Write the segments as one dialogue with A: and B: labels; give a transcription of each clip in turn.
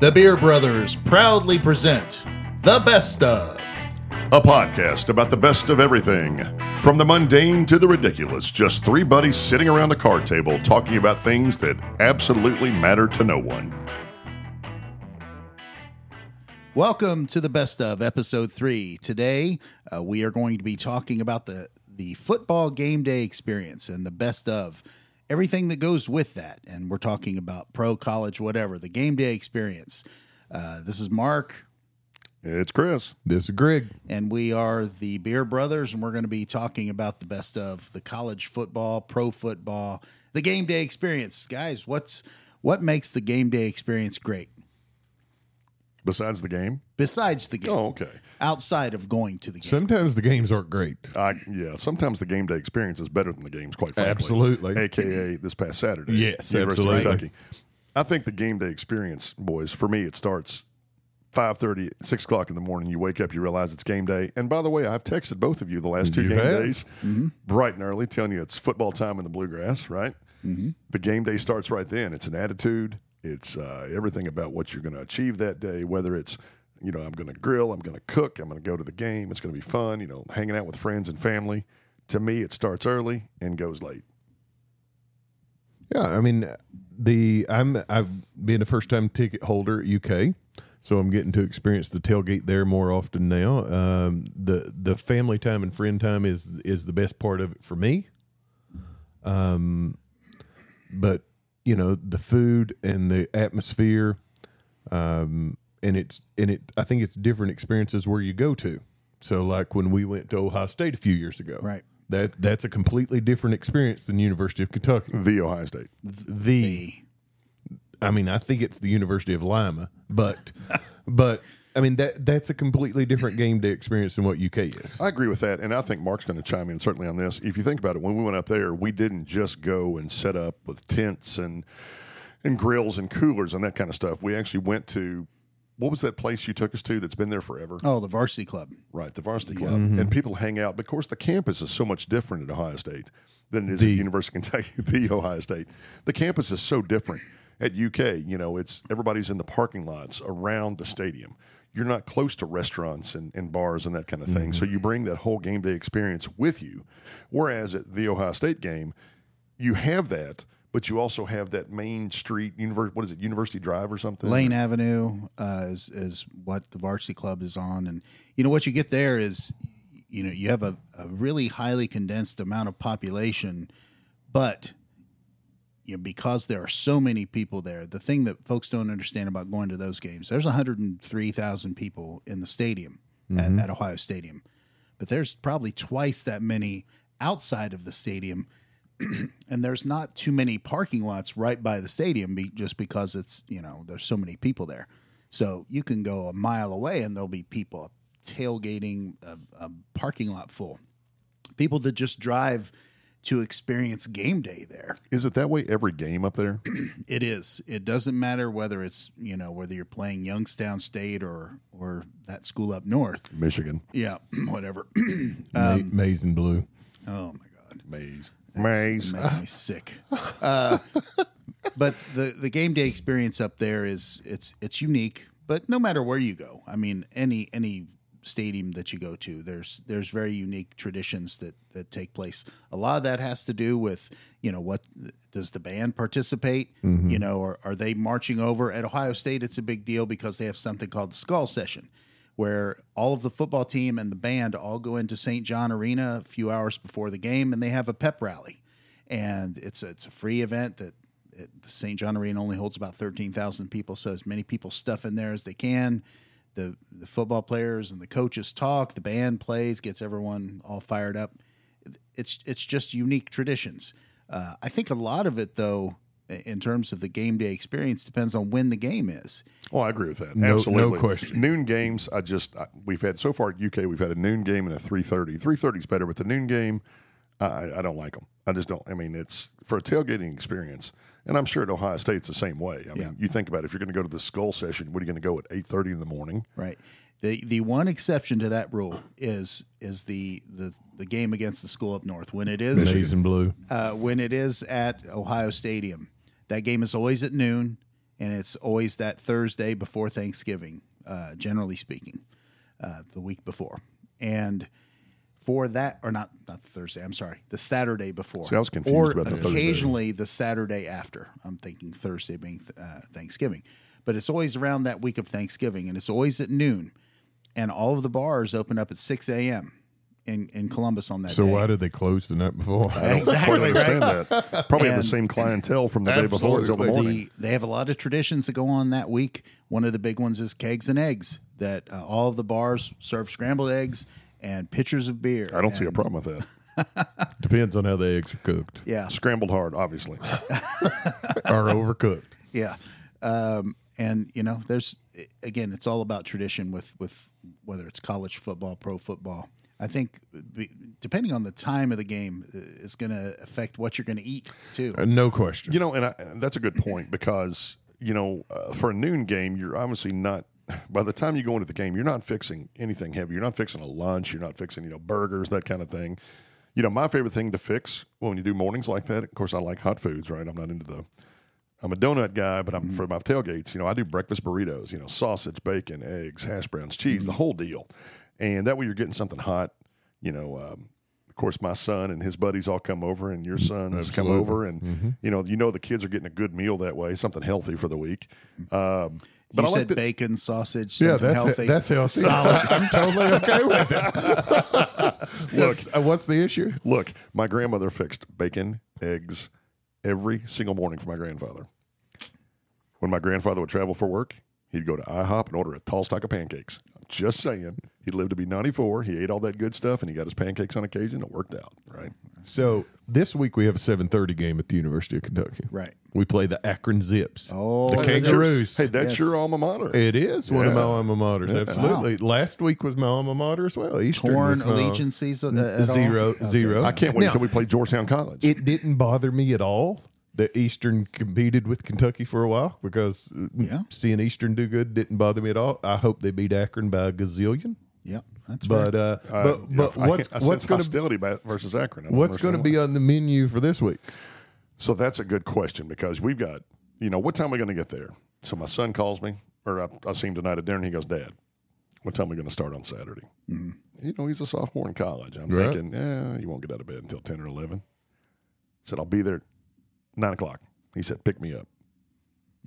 A: The Beer Brothers proudly present the best of.
B: A podcast about the best of everything, from the mundane to the ridiculous. Just three buddies sitting around a card table talking about things that absolutely matter to no one.
A: Welcome to the best of episode three. Today, uh, we are going to be talking about the the football game day experience and the best of everything that goes with that. And we're talking about pro, college, whatever the game day experience. Uh, this is Mark,
B: It's Chris.
C: This is Grig.
A: and we are the Beer Brothers, and we're going to be talking about the best of the college football, pro football, the game day experience. Guys, what's what makes the game day experience great
B: Besides the game.
A: besides the game?
B: Oh, okay.
A: Outside of going to the game,
C: Sometimes the games aren't great.
B: I, yeah, sometimes the game day experience is better than the games, quite frankly.
C: Absolutely.
B: AKA this past Saturday.
C: Yes,
B: University
C: absolutely.
B: of Kentucky. I think the game day experience, boys, for me, it starts 5.30, 6 o'clock in the morning. You wake up, you realize it's game day. And by the way, I've texted both of you the last two
C: You
B: game
C: have. Mm-hmm.
B: days, bright and early, telling you it's football time in the bluegrass, right?
C: Mm-hmm.
B: The game day starts right then. It's an attitude. It's uh, everything about what you're going to achieve that day, whether it's you know, I'm going to grill, I'm going to cook, I'm going to go to the game. It's going to be fun, you know, hanging out with friends and family. To me, it starts early and goes late.
C: Yeah, I mean, the I'm I've been a first time ticket holder at UK, so I'm getting to experience the tailgate there more often now. Um, the the family time and friend time is is the best part of it for me. Um, but you know the food and the atmosphere, um, and it's and it I think it's different experiences where you go to. So like when we went to Ohio State a few years ago,
A: Right.
C: That that's a completely different experience than University of Kentucky
B: The Ohio State.
C: the I mean, I think it's the University of Lima, but but I mean that that's a completely different game day experience than what UK is.
B: I agree with that, and I think Mark's going to chime in certainly on this. If you think about it, when we went up there, we didn't just go and set up with tents and and grills and coolers and that kind of stuff. We actually went to what was that place you took us to that's been there forever?
A: Oh, the varsity club.
B: Right, the Varsity Club, and people hang out. But of course, the campus is so much different at Ohio State than it is at University of Kentucky, the Ohio State. The campus is so different at UK. You know, it's everybody's in the parking lots around the stadium. You're not close to restaurants and, and bars and that kind of thing. So you bring that whole game day experience with you. Whereas at the Ohio State game, you have that, but you also have that main street, univer- what is it, University Drive or something?
A: Lane Avenue uh, is is what the varsity club is on, and you know what you get there is, you know, you have a, a really highly condensed amount of population, but you know because there are so many people there. The thing that folks don't understand about going to those games, there's 103,000 people in the stadium
B: Mm-hmm.
A: at, at Ohio Stadium, but there's probably twice that many outside of the stadium and there's not too many parking lots right by the stadium be, just because it's you know there's so many people there so you can go a mile away and there'll be people tailgating a, a parking lot full people that just drive to experience game day there
B: Is it that way every game up there?
A: it is it doesn't matter whether it's you know whether you're playing youngstown state or or that school up north
B: Michigan.
A: yeah whatever
C: Ma- maize and blue.
A: oh my god
B: Maze. Maze.
A: making me sick. Uh, but the the game day experience up there is it's it's unique. But no matter where you go, I mean, any any stadium that you go to, there's there's very unique traditions that that take place. A lot of that has to do with you know what does the band participate? You know, or are they marching over at Ohio State? It's a big deal because they have something called the Skull Session where all of the football team and the band all go into St. John Arena a few hours before the game, and they have a pep rally, and it's a, it's a free event that it, the St. John Arena only holds about thirteen thousand people, so as many people stuff in there as they can. The the football players and the coaches talk, the band plays, gets everyone all fired up. It's it's just unique traditions. Uh, I think a lot of it though. i- In terms of the game day experience, depends on when the game is.
B: Oh, I agree with that.
C: No- no
B: Absolutely.
C: question.
B: Noon games, I just I, we've had so far at UK, we've had a noon game and a three thirty. Three thirty is better, but the noon game, I- I, I don't like them. I just don't. I mean, it's for a tailgating experience, and I'm sure at Ohio State it's the same way. I mean, you think about it, if you're going to go to the skull session, what are you going to go at eight thirty in the morning?
A: Right. The the one exception to that rule is is the the, the game against the school up north when it is
C: Maize and blue.
A: uh, when it is at Ohio Stadium. That game is always at noon, and it's always that Thursday before Thanksgiving, uh, generally speaking, uh, the week before. And for that, or not, not Thursday. I'm sorry, the Saturday before.
B: See, I was confused
A: or
B: about the Thursday.
A: occasionally the Saturday after. I'm thinking Thursday being uh, Thanksgiving, but it's always around that week of Thanksgiving, and it's always at noon. And all of the bars open up at 6 a.m. in in Columbus on that
C: So
A: day.
C: why did they close the night before?
B: I don't quite
A: Exactly, right?
B: understand that. Probably have
A: And-
B: the same clientele from the day before until the
C: Absolutely.
B: morning.
A: The, they have a lot of traditions that go on that week. One of the big ones is kegs and eggs. That uh, all of the bars serve scrambled eggs and pitchers of beer.
B: I don't see a
A: And-
B: problem with that.
C: Depends on how the eggs are cooked
A: Yeah,
B: Scrambled hard, obviously.
C: or overcooked.
A: yeah. Um, and you know, there's again, it's all about tradition with with whether it's college football, pro football. I think be- depending on the time of the game, uh, it's going to affect what you're going to eat too.
C: Uh, no question.
B: You know, and, I, and that's a good point because you know, uh, for a noon game, you're obviously not. By the time you go into the game, you're not fixing anything heavy. You're not fixing a lunch. You're not fixing you know burgers that kind of thing. You know, my favorite thing to fix when you do mornings like that. Of course, I like hot foods. Right, I'm not into the. I'm a donut guy, but I'm
A: Mm-hmm.
B: for my tailgates. You know, I do breakfast burritos. You know, sausage, bacon, eggs, hash browns, cheese,
A: Mm-hmm.
B: the whole deal. And that way, you're getting something hot. You know, um, of course, my son and his buddies all come over, and your son has come
C: Absolutely.
B: over over, and
A: Mm-hmm.
B: you know you know the kids are getting a good meal that way something healthy for the week um,
A: Mm-hmm. you
B: but i
A: said
B: like that
A: bacon, sausage,
C: yeah,
A: something
C: that's
A: healthy.
C: that's healthy. I'm totally okay with
B: Look.
C: it. Yes, uh, what's the issue?
B: look my grandmother fixed bacon eggs every single morning for my grandfather when my grandfather would travel for work he'd go to ihop and order a tall stack of pancakes I'm just saying he lived to be 94 he ate all that good stuff and he got his pancakes on occasion it worked out right
C: So this week we have a 7:30 game at the University of Kentucky.
A: Right.
C: We play the Akron Zips.
A: Oh,
C: the
A: Zips.
C: Kangaroos.
B: hey that's
A: Yes.
B: your alma mater
C: It is one of my alma maters. Absolutely. Last week was my alma mater as well. Eastern
A: Torn
C: was my-
A: allegiances at, at all?
C: uh, Zero, zero.
B: i can't wait
C: Now,
B: until we play georgetown college
C: It didn't bother me at all that Eastern competed with Kentucky for a while because uh,
A: Yeah.
C: seeing Eastern do good didn't bother me at all. I hope they beat Akron by a gazillion.
A: Yep, that's right.
C: But uh, but but
B: I-
C: what's
B: I sense
C: what's going to
B: hostility ba- versus Akron? I don't
C: what's going to
B: understand
C: be on the menu for this week?
B: So that's a good question because we've got, you know, what time are we going to get there? So my son calls me, or I, I see him tonight at dinner, and he goes, Dad, what time are we going to start on Saturday? You know, he's a sophomore in college. I'm
C: Right.
B: thinking, yeah, you won't get out of bed until 10 or 11. I said, I'll be there at 9 o'clock. He said, pick me up.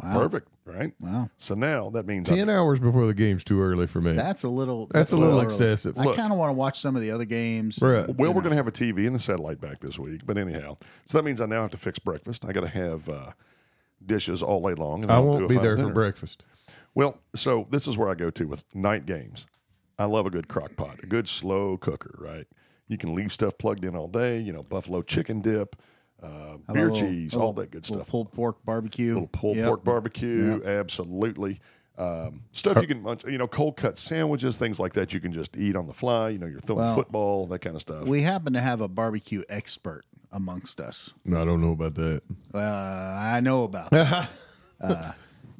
A: Wow.
B: Perfect, right?
A: Wow.
B: So now that means I-
C: Ten hours before the game's too early for me.
A: That's a little.
C: That's a little
A: early.
C: excessive.
A: I
C: Look.
A: kind of want to watch some of the other games.
C: Bruh.
B: Well, we're going to have a TV and the satellite back this week. But anyhow, so that means I now have to fix breakfast. I got to have uh, dishes all day long. And
C: I
B: I'll do
C: won't
B: a
C: be
B: final
C: there
B: dinner.
C: for breakfast.
B: Well, so this is where I go to with night games. I love a good crock pot, a good slow cooker, right? You can leave stuff plugged in all day, you know, buffalo chicken dip, uh,
A: Have a
B: beer
A: little-
B: cheese,
A: little-
B: all that good
A: little
B: stuff.
A: Pulled pork barbecue.
B: Little pulled
A: Yep.
B: pork barbecue, absolutely. Um, stuff you can munch, you know, cold cut sandwiches, things like that you can just eat on the fly. You know, you're throwing
A: Well,
B: football, that kind of stuff.
A: We happen to have a barbecue expert amongst us.
C: No, I don't know about that.
A: Uh, I know about. That. uh,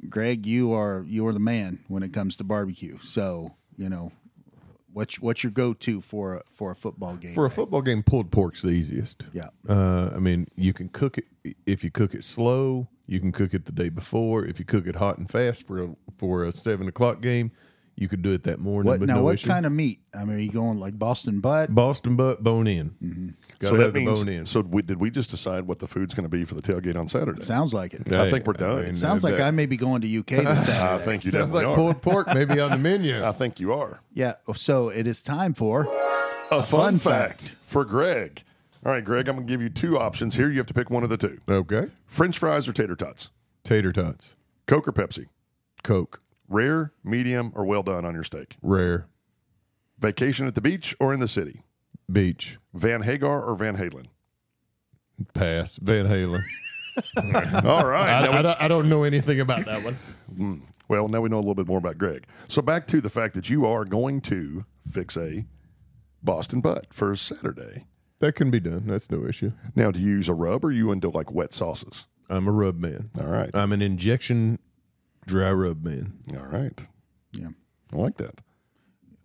A: Greg, you are you are the man when it comes to barbecue. So you know, what's what's your go to for a, for a football game?
C: For a football game, pulled pork's the easiest.
A: Yeah.
C: Uh, I mean, you can cook it if you cook it slow. You can cook it the day before. If you cook it hot and fast for a, for a seven o'clock game, you could do it that morning.
A: what
C: with
A: now?
C: no
A: what
C: issue.
A: kind of meat? I mean, are you going like Boston butt?
C: Boston butt bone in?
A: Mm-hmm.
C: Got
B: so
C: to
B: that
C: have the
B: means,
C: bone in.
B: so we, did we just decide what the food's going to be for the tailgate on Saturday?
A: Sounds like it.
B: I think we're done.
C: mean,
A: Sounds like
C: that-
A: I may be going to UK this Saturday.
B: I think you
C: sounds
B: definitely
C: like
B: are.
C: pulled pork maybe on the menu.
B: I think you are.
A: Yeah. So it is time for.
B: A fun,
A: fun
B: fact,
A: fact.
B: for Greg. All right, Greg, I'm going to give you two options here. You have to pick one of the two
C: Okay,
B: French fries or tater tots?
C: tater tots,
B: Coke or Pepsi?
C: Coke,
B: Rare, medium, or well done on your steak?
C: rare,
B: Vacation at the beach or in the city?
C: beach,
B: Van Hagar or Van Halen?
C: pass, Van Halen.
B: All right.
C: I,
B: now
C: I don't, I don't know anything about that one.
B: we- well, now we know a little bit more about Greg. So back to the fact that you are going to fix a Boston butt for Saturday.
C: That can be done. That's no issue.
B: Now, do you use a rub or are you into like wet sauces?
C: I'm a rub man.
B: All right.
C: I'm an injection dry rub man.
B: All right.
A: Yeah.
B: I like that.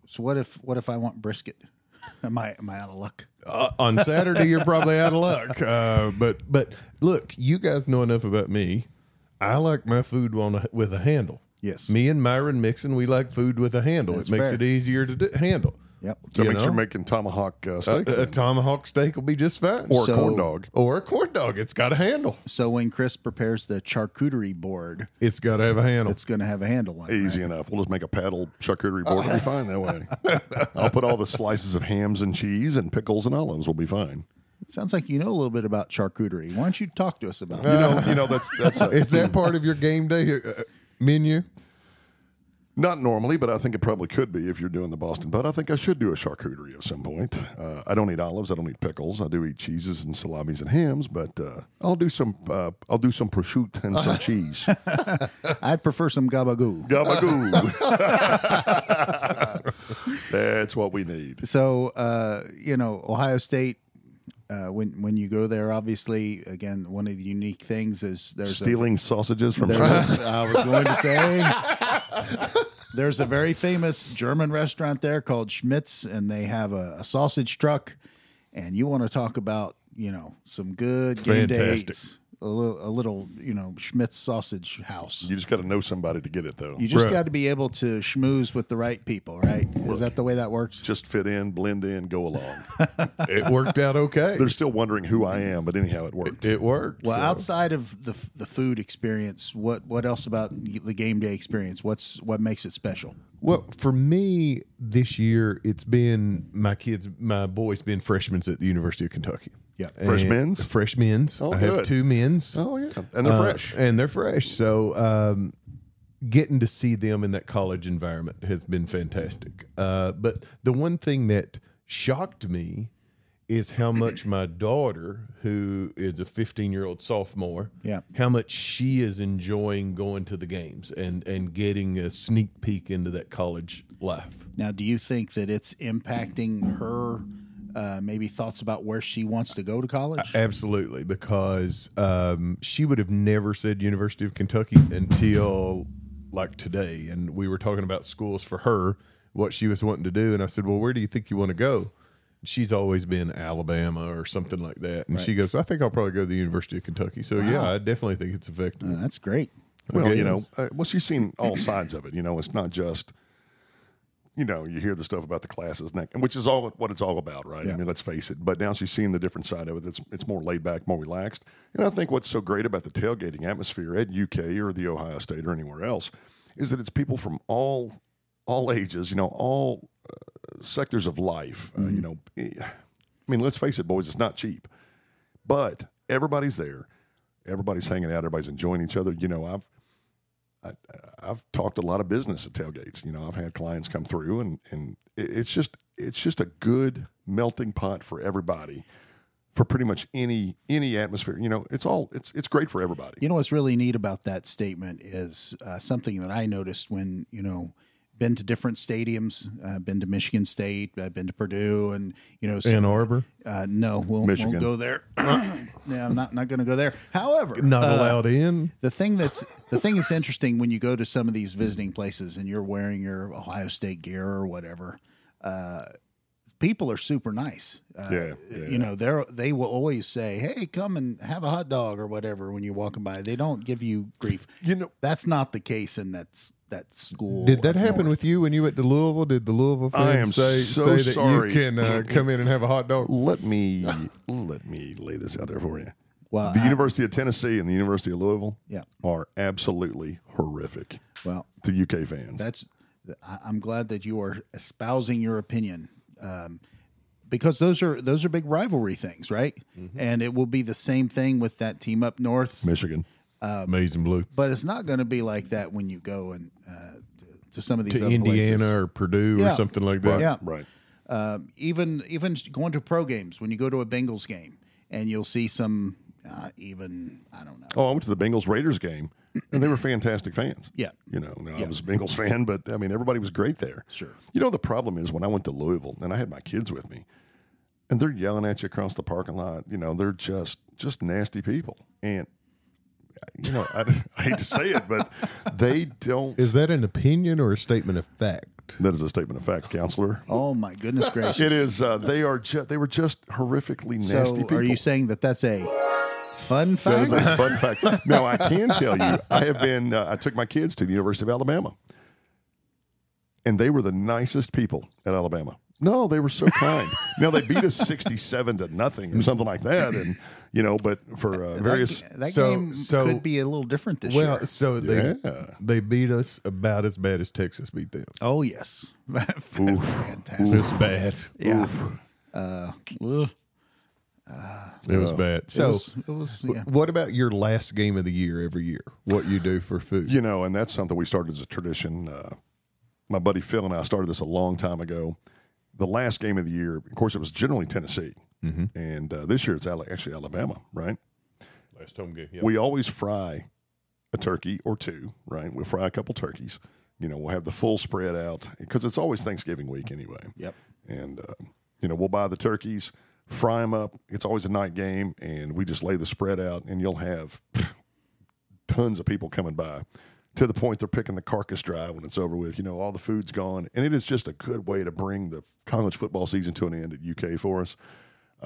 A: So what if what if I want brisket? Am I am I out of luck?
C: Uh, on Saturday, you're probably out of luck. Uh, but but look, you guys know enough about me. I like my food on a, with a handle.
A: Yes.
C: Me and Myron Mixon, we like food with a handle.
A: That's
C: it makes
A: fair.
C: it easier to d- handle.
A: Yep.
B: So
C: You
B: make sure
C: know?
B: you're making tomahawk uh,
C: A,
B: steaks
C: a
B: then.
C: tomahawk steak will be just fine.
B: or
A: So-
B: a corn dog.
C: or a corn dog. It's got a handle.
A: So when Chris prepares the charcuterie board,
C: It's got to have a handle.
A: it's going to have a handle on it.
B: Easy enough. We'll just make a paddle charcuterie board. It'll be fine that way. I'll put all the slices of hams and cheese and pickles and olives. We'll be fine.
A: right? Sounds like you know a little bit about charcuterie. Why don't you talk to us about
B: You
A: it?
B: know, you know that's that's a,
C: Is that part of your game day uh, menu?
B: Not normally, but I think it probably could be if you're doing the Boston. But I think I should do a charcuterie at some point. Uh, I don't eat olives. I don't eat pickles. I do eat cheeses and salamis and hams. But uh, I'll do some. Uh, I'll do some prosciutto and some cheese.
A: I'd prefer some gabagoo.
B: Gabagoo. That's what we need.
A: So uh, you know Ohio State. Uh, when when you go there, obviously, again, one of the unique things is there's a
B: Stealing sausages from France.
A: There's, I was going to say. There's a very famous German restaurant there called Schmitz, and they have a, a sausage truck. And you want to talk about, you know, some good game
C: Fantastic.
A: days. A little, a little, you know, Schmitz sausage house.
B: You just got to know somebody to get it though.
A: You just
C: Right.
A: got to be able to schmooze with the right people, right? Is that the way that works?
B: just fit in, blend in, go along.
C: It worked out okay.
B: They're still wondering who I am, but anyhow, it worked.
C: it worked.
A: Well,
C: so.
A: outside of the the food experience, what what else about the game day experience? What's what makes it special?
C: Well, for me this year, it's been my kids, my boys, been freshmen at the University of Kentucky.
A: Yeah.
C: And-
B: Freshmen's?
C: Freshmen's.
B: Oh,
C: I
B: good.
C: have two men's.
B: Oh yeah, and they're
C: Uh,
B: fresh.
C: and they're fresh. So, um, getting to see them in that college environment has been fantastic. Uh, but the one thing that shocked me is how much my daughter, who is a 15 year old sophomore,
A: Yeah.
C: how much she is enjoying going to the games and and getting a sneak peek into that college life.
A: Now, do you think that it's impacting her uh, maybe thoughts about where she wants to go to college?
C: Uh, Absolutely, because um, she would have never said University of Kentucky until like today, and we were talking about schools for her, what she was wanting to do, and I said, "Well, where do you think you want to go?" She's always been Alabama or something like that, and she goes, "I think I'll probably go to the University of Kentucky." So yeah, I definitely think it's affected.
A: Uh, That's great.
B: Well,
C: Okay.
B: you know, uh, well, she's seen all sides of it. You know, it's not just, you know, you hear the stuff about the classes, and that, which is all what it's all about, right? I mean, let's face it. But now she's seeing the different side of it. It's it's more laid back, more relaxed. And I think what's so great about the tailgating atmosphere at UK or the Ohio State or anywhere else is that it's people from all all ages. You know, all uh, sectors of life. Uh, you know, eh, I mean, let's face it, boys, it's not cheap but everybody's there. Everybody's hanging out. Everybody's enjoying each other. You know, I've I, I've talked a lot of business at tailgates. You know, I've had clients come through, and and it- it's just it's just a good melting pot for everybody, for pretty much any any atmosphere. You know, it's all it's it's great for everybody.
A: You know what's really neat about that statement is uh, something that I noticed when you know been to different stadiums. uh, been to Michigan State. I've been to Purdue, and you know,
C: Ann
A: so,
C: Arbor,
A: uh, no, we'll,
B: Michigan.
A: won't go there. yeah, I'm not not going to go there. However,
C: not
A: uh,
C: allowed in.
A: the thing that's the thing that's interesting when you go to some of these visiting places and you're wearing your Ohio State gear or whatever, uh, people are super nice. Uh,
B: Yeah, yeah.
A: you know they are they will always say, "Hey, come and have a hot dog or whatever" when you're walking by. They don't give you grief.
B: You know,
A: That's not the case in that s- that school.
C: Did that
A: up
C: happen
A: north.
C: with you when you went to Louisville? Did the Louisville
B: I
C: fans
B: am
C: say,
B: so
C: say
B: sorry.
C: that you can uh, come in and have a hot dog?
B: let me let me lay this out there for you.
A: Well,
B: the
A: I-
B: University of Tennessee and the University of Louisville,
A: Yeah.
B: are absolutely horrific
A: Well,
B: to UK fans.
A: that's I- I'm glad that you are espousing your opinion um, because those are those are big rivalry things, right?
C: Mm-hmm.
A: And it will be the same thing with that team up north,
B: Michigan.
C: Amazing blue.
A: but it's not going to be like that when you go and uh, to some of these
C: to
A: other
C: Indiana
A: places.
C: or Purdue
A: Yeah.
C: or something like that.
A: Yeah.
B: Right.
A: Um, even even going to pro games when you go to a Bengals game and you'll see some uh, even I don't know.
B: Oh, I went to the Bengals Raiders game, and they were fantastic fans.
A: Yeah.
B: you know, now I was a Bengals fan, but I mean, everybody was great there.
A: Sure.
B: You know, the problem is when I went to Louisville and I had my kids with me, and they're yelling at you across the parking lot. You know, they're just just nasty people, and you know, I, I hate to say it, but they don't.
C: Is that an opinion or a statement of fact?
B: that is a statement of fact, counselor.
A: Oh my goodness gracious!
B: It is. Uh, they are. Ju- they were just horrifically
A: So
B: nasty people.
A: are you saying that that's a fun
B: That
A: fact.
B: is a fun fact. Now I can tell you, I have been. Uh, I took my kids to the University of Alabama, and they were the nicest people at Alabama. No, they were so kind. now they beat us sixty-seven to nothing or something like that, and you know, but for uh, various.
A: That, that
C: So-
A: game
C: so-
A: could be a little different this
C: Well,
A: year.
C: so they
B: Yeah.
C: they beat us about as bad as Texas beat them.
A: Oh yes, fantastic.
C: It was bad.
A: Yeah. Uh, ugh.
C: It was bad.
A: it
C: So,
A: was, it was yeah.
C: what about your last game of the year every year? What you do for food?
B: You know, and that's something we started as a tradition. Uh, my buddy Phil and I started this a long time ago. The last game of the year, of course, it was generally Tennessee,
A: Mm-hmm.
B: and uh, this year it's Ala- actually Alabama, right?
C: Last home game.
B: We always fry a turkey or two, right? We'll fry a couple turkeys. You know, we'll have the full spread out because it's always Thanksgiving week anyway.
A: Yep.
B: And, uh, you know, we'll buy the turkeys, fry them up. It's always a night game, and we just lay the spread out, and you'll have tons of people coming by to the point they're picking the carcass dry when it's over with. You know, all the food's gone. And it is just a good way to bring the college football season to an end at UK for us.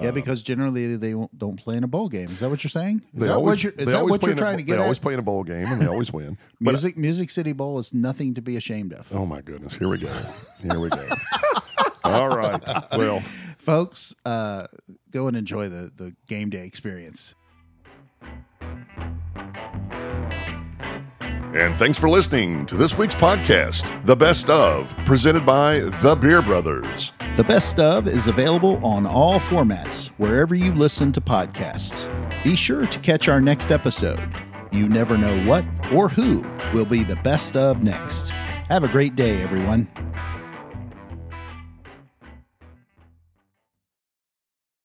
A: yeah, because generally they won't, don't play in a bowl game. Is that what you're saying? Is
B: They
A: that
B: always-
A: what you're, is
B: they
A: that
B: always
A: what
B: play
A: you're
B: in a-
A: trying to get
B: They always
A: at?
B: play in a bowl game, and they always win. But
A: Music, Music City Bowl is nothing to be ashamed of.
B: Oh my goodness! Here we go. Here we go. All right. Well,
A: folks uh, go and enjoy the, the game day experience
B: and thanks for listening to this week's podcast, The Best of, presented by The Beer Brothers.
A: the best of is available on all formats wherever you listen to podcasts be sure to catch our next episode you never know what or who will be the best of next have a great day everyone